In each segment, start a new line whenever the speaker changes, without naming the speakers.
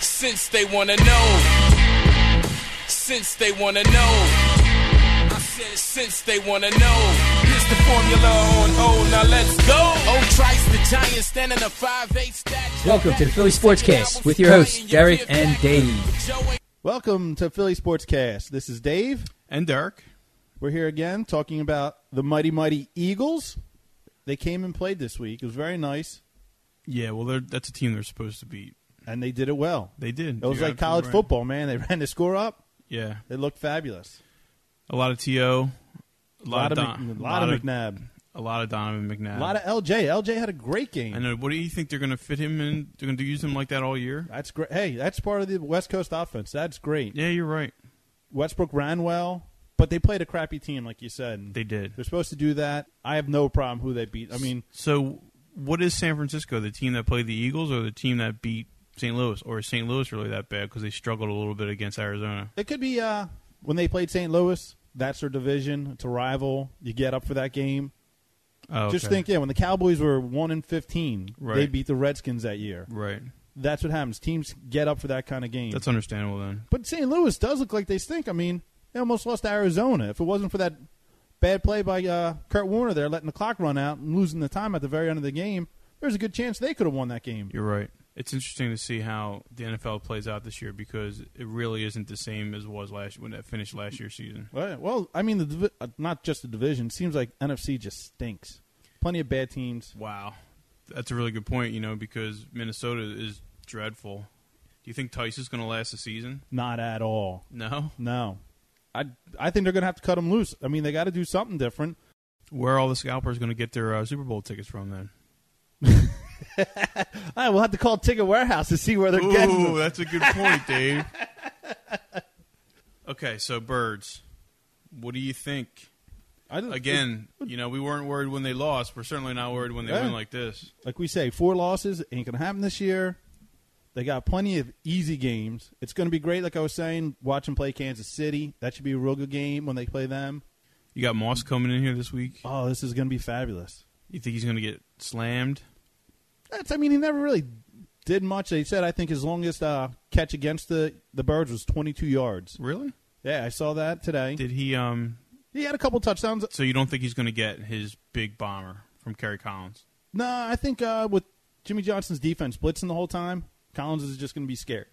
Since they wanna know. Since they wanna know. I said since they wanna know. Here's the formula on O, now let's go. Oh, Trice, the giant standing a 5'8 stature.
Welcome to the Philly Sportscast with your hosts, Derek and Dave.
Welcome to Philly Sportscast. This is Dave.
and Dirk.
We're here again talking about the mighty mighty Eagles. They came and played this week. It was very nice,
Yeah, well, they're, that's a team they're supposed to beat.
and they did it well.
They
It
did.
was
You're
like college
absolutely right.
football, man. They ran the score up.
Yeah,
They looked fabulous.
a lot of to, a lot, of,
Mc-
Don,
a lot of McNabb,
a lot of Donovan McNabb.
a lot of LJ. LJ had a great game.
I know. What do you think they're going to fit him in? They're going to use him like that all year?
That's great. Hey, that's part of the West Coast offense. That's great.
Yeah, you're right.
Westbrook ran well, but they played a crappy team, like you said. and
They did.
They're supposed to do that. I have no problem who they beat. I mean,
So, what is San Francisco? The team that played the Eagles, or the team that beat St. Louis, or is St. Louis really that bad because they struggled a little bit against Arizona?
It could be uh, when they played St. Louis. That's their division. It's a rival. You get up for that game.
Oh,
Just
okay.
think, yeah, when the Cowboys were one and fifteen, they
Right.
beat the Redskins that year.
Right.
That's what happens. Teams get up for that kind of game.
That's understandable then.
but St. Louis does look like they stink. I mean, they almost lost to Arizona. If it wasn't for that bad play by uh, Kurt Warner there, letting the clock run out and losing the time at the very end of the game, there's a good chance they could have won that game.
You're right. It's interesting to see how the NFL plays out this year because it really isn't the same as it was last when that finished last year's season.
Well, well, I mean, the divi- uh, not just the division. Seems like NFC just stinks. Plenty of bad teams.
Wow, that's a really good point. You know, because Minnesota is dreadful. Do you think Tice is going to last the season?
Not at all.
No.
No. I I think they're going to have to cut him loose. I mean, they got to do something different.
Where are all the scalpers going to get their uh, Super Bowl tickets from then?
All right, we'll have to call Ticket Warehouse to see where they're getting them.
that's a good point, Dave. okay, so birds, what do you think?
I don't-
Again, you know, we weren't worried when they lost. We're certainly not worried when they
Yeah.
win like this.
like we say, four losses ain't going to happen this year. They got plenty of easy games. It's going to be great, like I was saying, watch them play Kansas City. That should be a real good game when they play them.
You got Moss coming in here this week.
Oh, this is going to be fabulous.
You think he's going to get slammed?
That's, I mean, he never really did much. They said, I think his longest uh, catch against the, the Birds was 22 yards.
Really?
Yeah, I saw that today.
Did he? Um.
He had a couple touchdowns.
So you don't think he's going to get his big bomber from Kerry Collins?
No, I think uh, with Jimmy Johnson's defense blitzing the whole time, Collins is just going to be scared.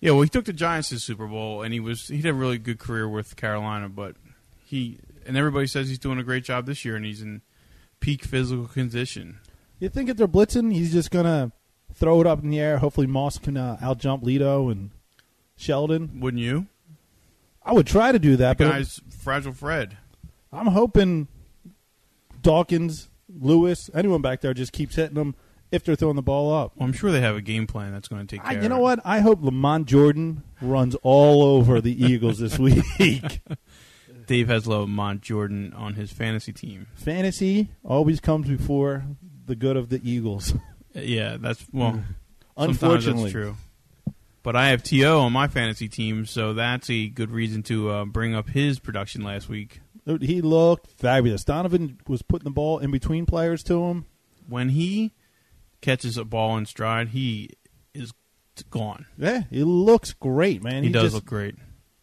Yeah. Well, he took the Giants to the Super Bowl, and he was he had a really good career with Carolina, but he and everybody says he's doing a great job this year, and he's in peak physical condition.
You think if they're blitzing, he's just going to throw it up in the air. Hopefully, Moss can uh, out jump Lido and Sheldon.
Wouldn't you?
I would try to do that, but
Guys, fragile Fred.
I'm hoping Dawkins, Lewis, anyone back there just keeps hitting them if they're throwing the ball up.
Well, I'm sure they have a game plan that's going to take
I,
care.
you know
of it.
what? I hope Lamont Jordan runs all over the Eagles this week.
Dave has Lamont Jordan on his fantasy team.
Fantasy always comes before the good of the Eagles.
Uh, Yeah, that's well. Sometimes
Hmm. Unfortunately,
that's true. But I have To on my fantasy team, so that's a good reason to uh, bring up his production last week.
Dude, He looked fabulous. Donovan was putting the ball in between players to him.
When he catches a ball in stride, he is t- gone.
Yeah, he looks great, man.
he, does
just
look great.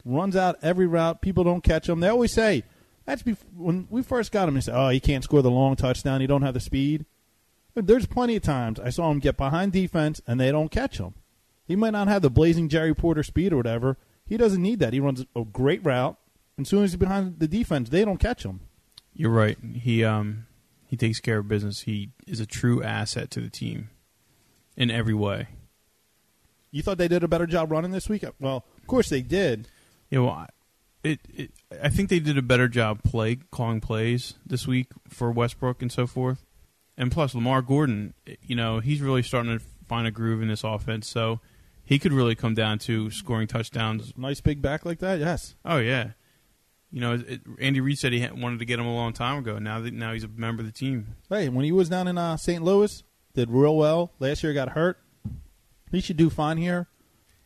runs out every route. People don't catch him. They always say that's bef- when we first got him. They said, "Oh, he can't score the long touchdown. He don't have the speed." But There's plenty of times I saw him get behind defense and they don't catch him. He might not have the blazing Jerry Porter speed or whatever. He doesn't need that. He runs a great route. And as soon as he's behind the defense, they don't catch him.
You're right. He um he takes care of business. He is a true asset to the team in every way.
You thought they did a better job running this week? Well, of course they did.
Yeah, well, I- it, it I think they did a better job play calling plays this week for Westbrook and so forth, and plus Lamar Gordon, you know, he's really starting to find a groove in this offense, so he could really come down to scoring touchdowns.
Nice big back like that. Yes.
Oh yeah, you know, it, it- Andy Reid said he had, wanted to get him a long time ago. Now that now he's a member of the team.
Hey, when he was down in uh, St. Louis, did real well. Last year got hurt. He should do fine here.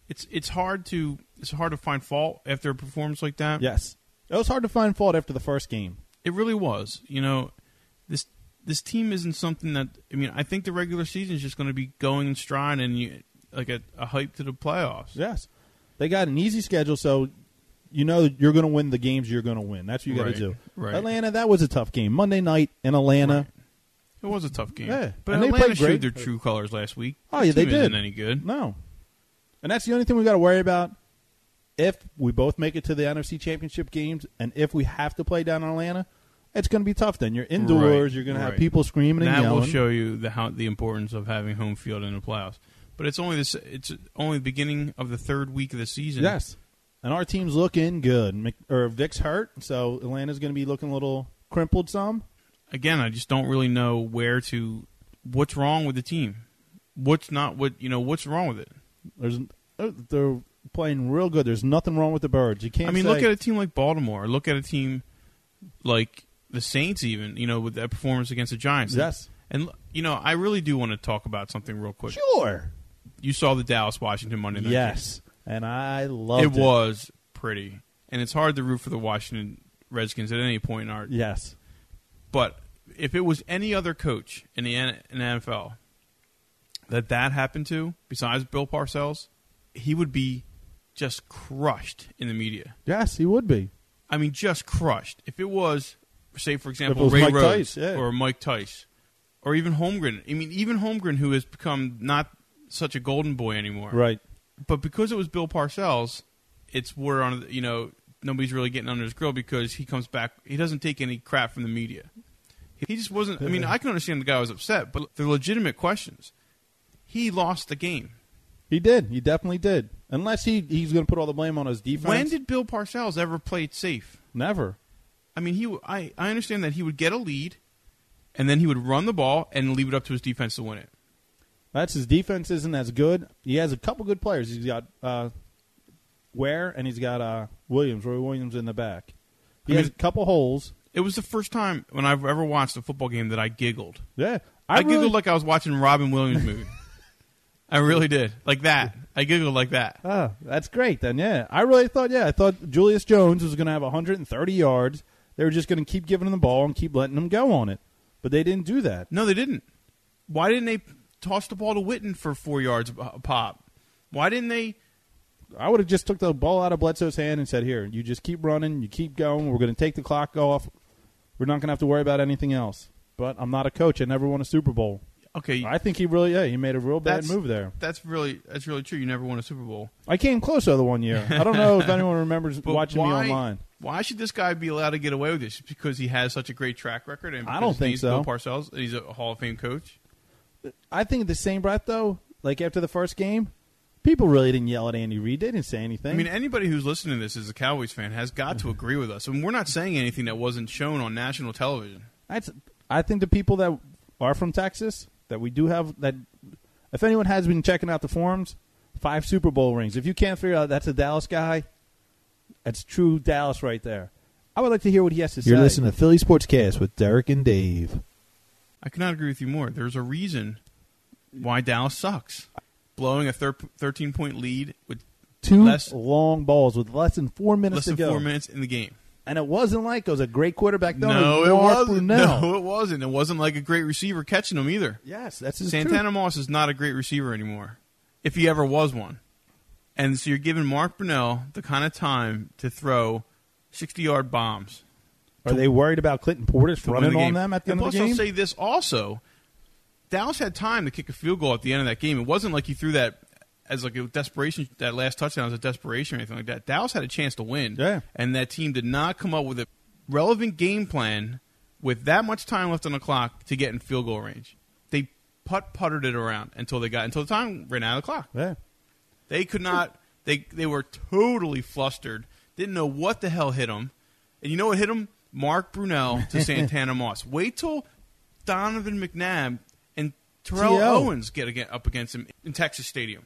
It's it's hard to it's hard to find fault after a performance like that.
Yes. It was hard to find fault after the first game.
It really was. You know, this this team isn't something that I mean. I think the regular season is just going to be going in stride, and you, like a, a hype to the playoffs.
Yes, they got an easy schedule, so you know you're going to win the games you're going to win. That's what you got
Right,
to do.
right.
Atlanta, that was a tough game. Monday night in Atlanta.
It was a tough game.
Yeah,
But
and they
Atlanta
played
showed
great.
their true colors last week.
Oh,
Their
yeah, they
team isn't
did.
any good.
No, and that's the only thing we got to worry about. If we both make it to the NFC Championship games, and if we have to play down in Atlanta, it's going to be tough. Then you're indoors.
Right,
you're going to
right.
have people screaming and
that
yelling.
will show you the how the importance of having home field in the playoffs. But it's only this. It's only the beginning of the third week of the season.
Yes. And our team's looking good. Mc, or Vic's hurt, so Atlanta's going to be looking a little crimpled some.
Again, I just don't really know where to. What's wrong with the team? What's not what you know? What's wrong with it?
There's uh, they're playing real good. There's nothing wrong with the birds. You can't
I mean,
say-
look at a team like Baltimore. Look at a team like the Saints, even you know, with that performance against the Giants.
Yes.
And you know, I really do want to talk about something real quick.
Sure.
You saw the Dallas Washington Monday night. game.
Yes. And I love
it was pretty, and it's hard to root for the Washington Redskins at any point in our.
Yes.
But if it was any other coach in the N- in the NFL that that happened to, besides Bill Parcells, he would be just crushed in the media.
Yes, he would be.
I mean, just crushed. If it was, say, for example,
was
Ray
Mike
Rhodes
Tice, yeah.
or Mike Tice, or even Holmgren. I mean, even Holmgren, who has become not such a golden boy anymore,
Right.
but because it was Bill Parcells, it's word on you know nobody's really getting under his grill because he comes back. He doesn't take any crap from the media. He just wasn't. I mean, I can understand the guy was upset, but they're legitimate questions. He lost the game.
He did. He definitely did. Unless he he's going to put all the blame on his defense.
When did Bill Parcells ever play it safe?
Never.
I mean, he. I I understand that he would get a lead, and then he would run the ball and leave it up to his defense to win it.
That's his defense isn't as good. He has a couple good players. He's got uh, Ware and he's got uh, Williams, Roy Williams in the back. He
I
has
mean-
a couple holes.
It was the first time when I've ever watched a football game that I giggled.
Yeah,
I,
really-
giggled like I was watching Robin Williams movie. I really did, like that. I giggled like that.
Oh, that's great. Then yeah, I really thought yeah, I thought Julius Jones was going to have 130 yards. They were just going to keep giving him the ball and keep letting him go on it, but they didn't do that.
No, they didn't. Why didn't they toss the ball to Witten for four yards a pop? Why didn't they?
I would have just took the ball out of Bledsoe's hand and said, "Here, you just keep running, you keep going. We're going to take the clock off. We're not going to have to worry about anything else." But I'm not a coach. I never won a Super Bowl.
Okay,
I think he really, yeah, he made a real bad
That's-
move there.
that's really that's really true. You never won a Super Bowl.
I came close though the one year. I don't know if anyone remembers
But
watching
why-
me online.
Why should this guy be allowed to get away with this? Because he has such a great track record, and
I don't
because
think
he's
so.
Bill Parcells, and he's a Hall of Fame coach.
I think in the same breath though, like after the first game, people really didn't yell at Andy Reid. They didn't say anything.
I mean, anybody who's listening to this is a Cowboys fan has got to agree with us, and we're not saying anything that wasn't shown on national television.
That's, I think the people that are from Texas that we do have that. If anyone has been checking out the forums, five Super Bowl rings. If you can't figure out that's a Dallas guy, that's true Dallas right there. I would like to hear what he has to say.
You're listening to Philly Sportscast with Derek and Dave.
I cannot agree with you more. There's a reason why Dallas sucks. Blowing a thir- 13 point lead with
two
less-
long balls with less than four minutes
less
to
than
go.
four minutes in the game.
And it wasn't like it was a great quarterback. though.
no,
was
it
Mark
wasn't.
Brunell.
No, it wasn't. It wasn't like a great receiver catching them either.
Yes, that's his
Santana Moss is not a great receiver anymore, if he ever was one. And so you're giving Mark Brunell the kind of time to throw 60 yard bombs.
Are they worried about Clinton Portis
to win
running
the
on
game.
them at the
and
end of the
plus,
game?
I'll say this also: Dallas had time to kick a field goal at the end of that game. It wasn't like he threw that as like a desperation. That last touchdown was a desperation or anything like that. Dallas had a chance to win,
Yeah.
and that team did not come up with a relevant game plan with that much time left on the clock to get in field goal range. They putt puttered it around until they got until the time ran out of the clock.
yeah.
They could not. They they were totally flustered. Didn't know what the hell hit them. And you know what hit them? Mark Brunell to Santana Moss. Wait till Donovan McNabb and Terrell
T.O.
Owens get aga up against him in Texas Stadium.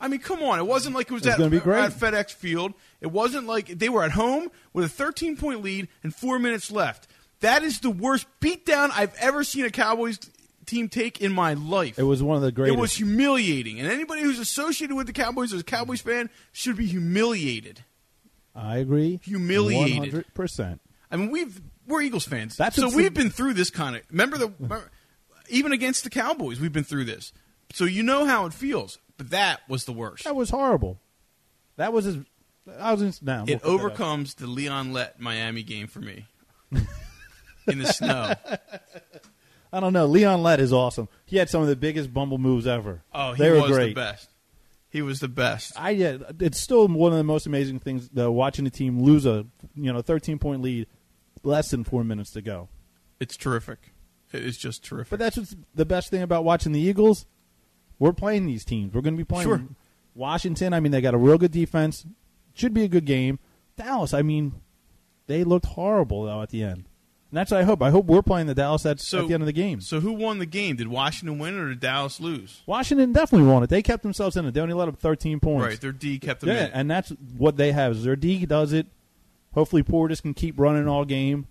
I mean, come on! It wasn't like it was
It's
at,
gonna be
at
great.
FedEx Field. It wasn't like they were at home with a 13 point lead and four minutes left. That is the worst beatdown I've ever seen a Cowboys team take in my life.
It was one of the greatest.
It was humiliating, and anybody who's associated with the Cowboys as a Cowboys fan should be humiliated.
I agree.
Humiliated.
100%.
I mean, we've we're Eagles fans,
That's
so
what's-
we've been through this kind of. Remember the remember- even against the Cowboys, we've been through this, so you know how it feels. But that was the worst.
That was horrible. That was his. I was in, now.
It overcomes the Leon Let Miami game for me. in the snow.
I don't know. Leon Lett is awesome. He had some of the biggest bumble moves ever.
Oh, he
they were
was
great.
the best. He was the best.
I yeah, it's still one of the most amazing things though, watching a team lose a you know thirteen point lead, less than four minutes to go.
It's terrific. It is just terrific.
But that's what's the best thing about watching the Eagles. We're playing these teams. We're going to be playing
Sure.
Washington. I mean, they got a real good defense. Should be a good game. Dallas. I mean, they looked horrible though at the end. And that's what I hope. I hope we're playing the Dallas at,
So-
at the end of the game.
so who won the game? Did Washington win or did Dallas lose?
Washington definitely won it. They kept themselves in it. They only let up thirteen points.
Right, their D kept them
Yeah,
in. it.
and that's what they have. Is their D does it. Hopefully, Portis can keep running all game,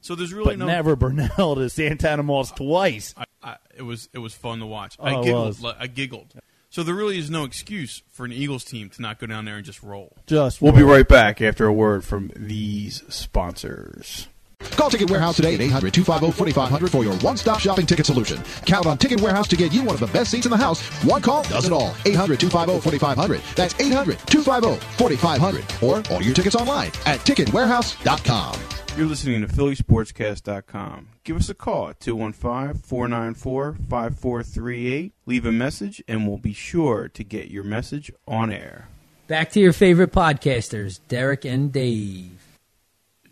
so there's really
but
no
never Burnell to Santana Moss twice.
I, I, it was it was fun to watch.
Oh,
I
it
giggled.
was.
li- I giggled. So there really is no excuse for an Eagles team to not go down there and just roll.
Just
We'll be right back after a word from these sponsors.
Call Ticket Warehouse today at 800 250 4500 for your one stop shopping ticket solution. Count on Ticket Warehouse to get you one of the best seats in the house. One call does it all. 800 250 4500. That's 800 250 4500. Or order your tickets online at ticketwarehouse.com.
You're listening to PhillySportsCast.com. Give us a call at 215 494 5438. Leave a message, and we'll be sure to get your message on air.
Back to your favorite podcasters, Derek and Dave.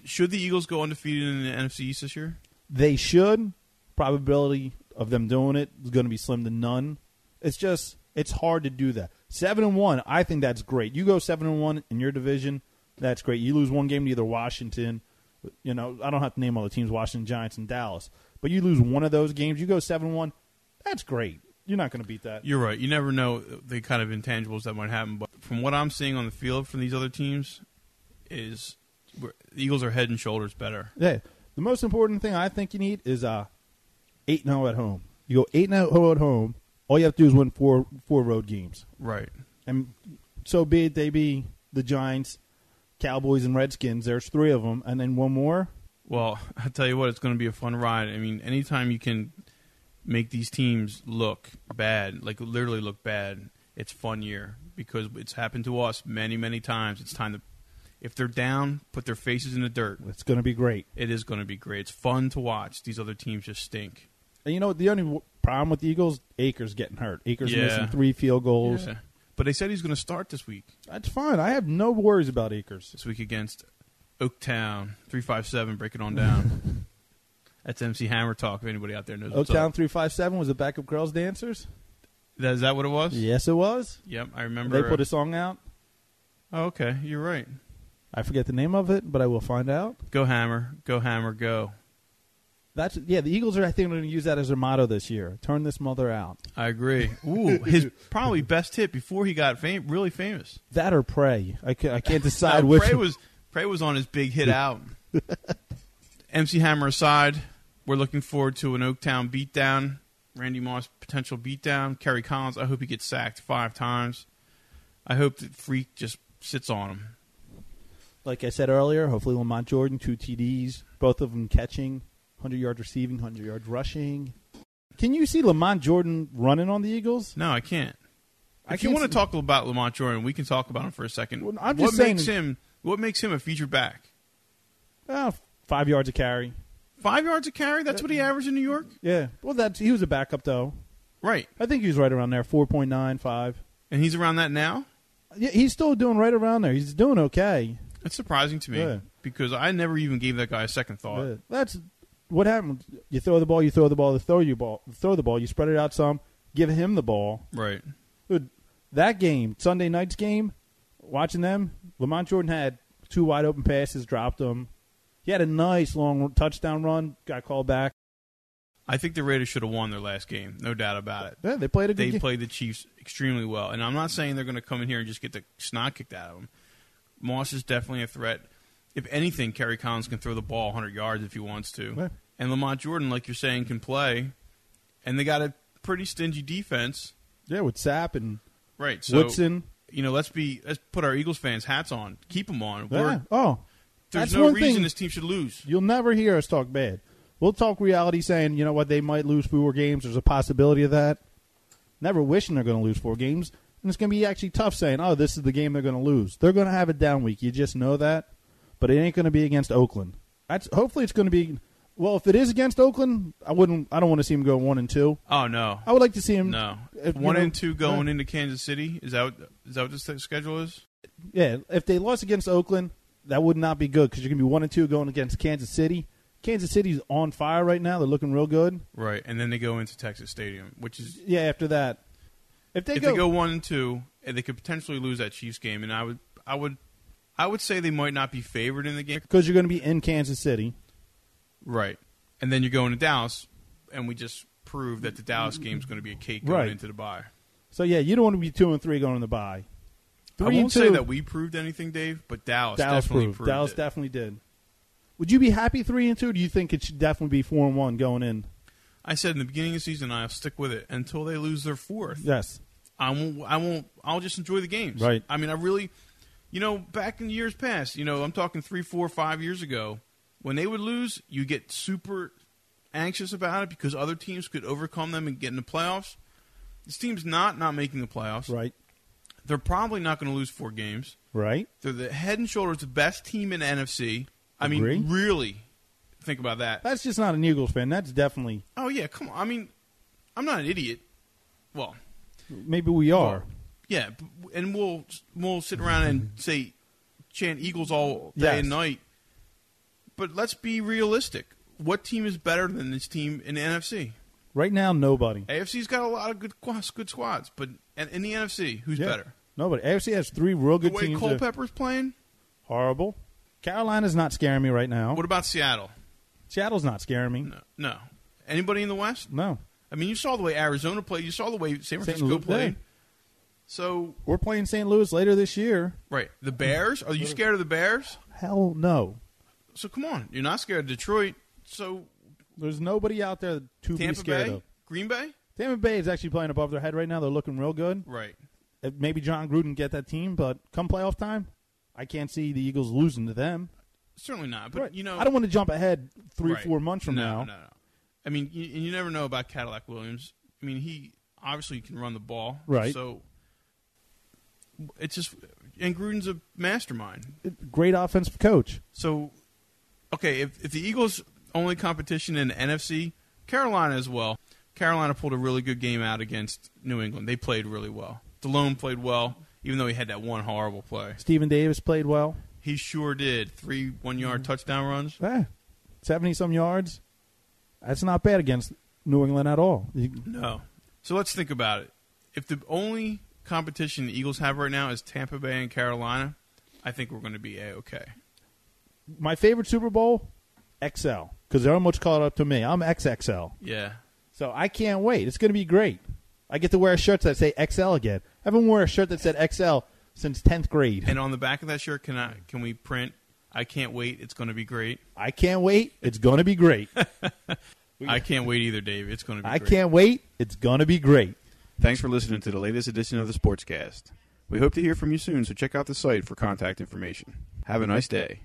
Should the Eagles go undefeated in the NFC East this year?
they should. Probability of them doing it is going to be slim to none. It's just it's hard to do that. Seven and one, I think that's great. You go seven and one in your division, that's great. You lose one game to either Washington, you know I don't have to name all the teams, Washington Giants and Dallas, but you lose one of those games, you go seven and one, that's great. You're not going to beat that.
You're right. You never know the kind of intangibles that might happen. But from what I'm seeing on the field from these other teams, is we're- the Eagles are head and shoulders better.
Yeah. The most important thing I think you need is uh, 8 0 at home. You go 8 0 at home. All you have to do is win four four road games.
Right.
And so be it they be the Giants, Cowboys, and Redskins. There's three of them. And then one more.
Well, I tell you what, it's going to be a fun ride. I mean, anytime you can make these teams look bad, like literally look bad, it's fun year because it's happened to us many, many times. It's time to, if they're down, put their faces in the dirt.
It's going to be great.
It is going to be great. It's fun to watch. These other teams just stink.
And you know, the only w- problem with the Eagles, Akers getting hurt. Akers
Yeah.
missing three field goals.
Yeah. But they said he's going to start this week.
That's fine. I have no worries about Akers.
This week against Oaktown three five seven. Break it on down. That's MC Hammer talk. If anybody out there knows, what's
Oaktown
up.
357 was the backup girls dancers.
That- Is that what it was?
Yes, it was.
Yep, I remember.
They put a song out.
oh, okay, you're right.
I forget the name of it, but I will find out.
Go Hammer, go Hammer, go.
That's yeah. The Eagles are, I think, going to use that as their motto this year. Turn this mother out.
I agree. Ooh, his probably best hit before he got fam- really famous.
That or pray. I can't, I can't decide
No,
which.
Prey was Prey was on his big hit out. MC Hammer aside, we're looking forward to an Oaktown beatdown. Randy Moss potential beatdown. Kerry Collins, I hope he gets sacked five times. I hope that Freak just sits on him.
like I said earlier, hopefully Lamont Jordan two TDs, both of them catching, hundred yards receiving, hundred yards rushing. Can you see Lamont Jordan running on the Eagles?
No, I can't.
I
If you
can't
want to
see-
talk about Lamont Jordan, we can talk about him for a second.
Well, I'm
what
just saying-
makes him what makes him a feature back?
Ah, five yards a carry.
Five yards a carry? That's what he
Uh,
averaged in New York?
Yeah. Well, that's he was a backup though.
Right.
I think he was right around there, four point nine five.
And he's around that now?
Yeah, he's still doing right around there. He's doing okay.
That's surprising to me
Yeah.
because I never even gave that guy a second thought.
Yeah. That's what happened. You throw the ball, you throw the ball, you throw you ball, throw the ball. You spread it out some. Give him the ball.
Right.
Dude, that game, Sunday night's game, watching them, Lamont Jordan had two wide open passes, dropped them. He had a nice long touchdown run, got called back.
I think the Raiders should have won their last game, no doubt about it.
Yeah, they played a good
They
game.
played the Chiefs extremely well, and I'm not saying they're going to come in here and just get the snot kicked out of them. Moss is definitely a threat. If anything, Kerry Collins can throw the ball 100 yards if he wants to,
Right.
and Lamont Jordan, like you're saying, can play. And they got a pretty stingy defense,
yeah, with Sapp and
right? So
Woodson.
you know, let's be let's put our Eagles fans hats on, keep them on.
Yeah.
We're-
Oh,
There's
that's
no
one
reason
thing.
this team should lose.
You'll never hear us talk bad. We'll talk reality, saying you know what they might lose four games. There's a possibility of that. never wishing they're going to lose four games. And it's going to be actually tough saying, oh, this is the game they're going to lose. They're going to have a down week. You just know that. But it ain't going to be against Oakland. That's, hopefully, it's going to be. Well, if it is against Oakland, I wouldn't. I don't want to see him go one and two.
Oh no,
I would like to see him.
no.
if, you
One
know,
and two going
uh,
into Kansas City is that is that what the schedule is?
Yeah, if they lost against Oakland, that would not be good because you're going to be one and two going against Kansas City. Kansas City's on fire right now. They're looking real good.
Right, and then they go into Texas Stadium, which is
Yeah, after that, if they
if
go,
they go one and two, and they could potentially lose that Chiefs game, and I would, I would, I would say they might not be favored in the game.
because you're going to be in Kansas City.
Right, and then you're going to Dallas, and we just proved that the Dallas game is going to be a cake going
Right.
into the bye.
So yeah, you don't want to be two and three going to the bye. Three
I
and
won't
two,
say that we proved anything, Dave, but Dallas,
Dallas
definitely
proved.
proved
Dallas
it.
definitely did. Would you be happy three and two? Or do you think it should definitely be four and one going in?
I said in the beginning of the season, I'll stick with it until they lose their fourth.
Yes.
I won't. I won't. I'll just enjoy the games.
Right.
I mean, I really, you know, back in years past, you know, I'm talking three, four, five years ago, when they would lose, you get super anxious about it because other teams could overcome them and get in the playoffs. This team's not not making the playoffs.
Right.
They're probably not going to lose four games.
Right.
They're the head and shoulders the best team in the NFC. I mean,
Agree.
really, think about that.
That's just not an Eagles fan. That's definitely
Oh yeah, come on. I mean, I'm not an idiot. Well,
maybe we are.
Yeah, b- and we'll we'll sit around and say chant Eagles all day
Mm-hmm. Yes.
and night. But let's be realistic. What team is better than this team in the NFC?
Right now, nobody.
AFC's got a lot of good quas- good squads, but and in the NFC, who's
Yeah.
better?
Nobody. AFC has three real
The
good
way
teams. that are
Culpepper's playing.
horrible. Carolina's not scaring me right now.
What about Seattle?
Seattle's not scaring me.
No, no. Anybody in the West?
No.
I mean, you saw the way Arizona played. You saw the way San Francisco
Louis-
played.
yeah.
So
We're playing St. Louis later this year.
right, the Bears. Are you scared of the Bears?
Hell no.
So come on, you're not scared of Detroit. So
There's nobody out there to be
Tampa
scared
Bay,
of.
Green Bay,
Tampa Bay is actually playing above their head right now. They're looking real good.
right?
Uh, Maybe John Gruden get that team, but come playoff time, I can't see the Eagles losing to them.
Certainly not. But
Right.
you know,
I don't want to jump ahead three,
right.
four months from
No,
now.
No, no. I mean, you, and you never know about Cadillac Williams. I mean, he obviously can run the ball,
Right.
So it's just, and Gruden's a mastermind.
It- Great offensive coach.
So, okay, if if the Eagles' only competition in the NFC, Carolina as well. Carolina pulled a really good game out against New England. They played really well. Delone played well, even though he had that one horrible play.
Stephen Davis played well.
He sure did. Three
Mm-hmm.
one-yard touchdown runs.
Yeah, seventy some yards. That's not bad against New England at all. You-
No. So let's think about it. If the only competition the Eagles have right now is Tampa Bay and Carolina, I think we're going to be a okay.
my favorite Super Bowl, XL, because they're almost caught up to me. I'm XXL,
Yeah.
so I can't wait. It's going to be great. I get to wear shirts that say XL again. I haven't worn a shirt that said XL since tenth grade.
And on the back of that shirt, can I can we print? I can't wait. It's going to be great.
I can't wait. It's going to be great.
I can't wait either, Dave. It's going to be.
I
great.
can't wait. It's going to be great.
Thanks for listening to the latest edition of the Sportscast. We hope to hear from you soon, so check out the site for contact information. Have a nice day.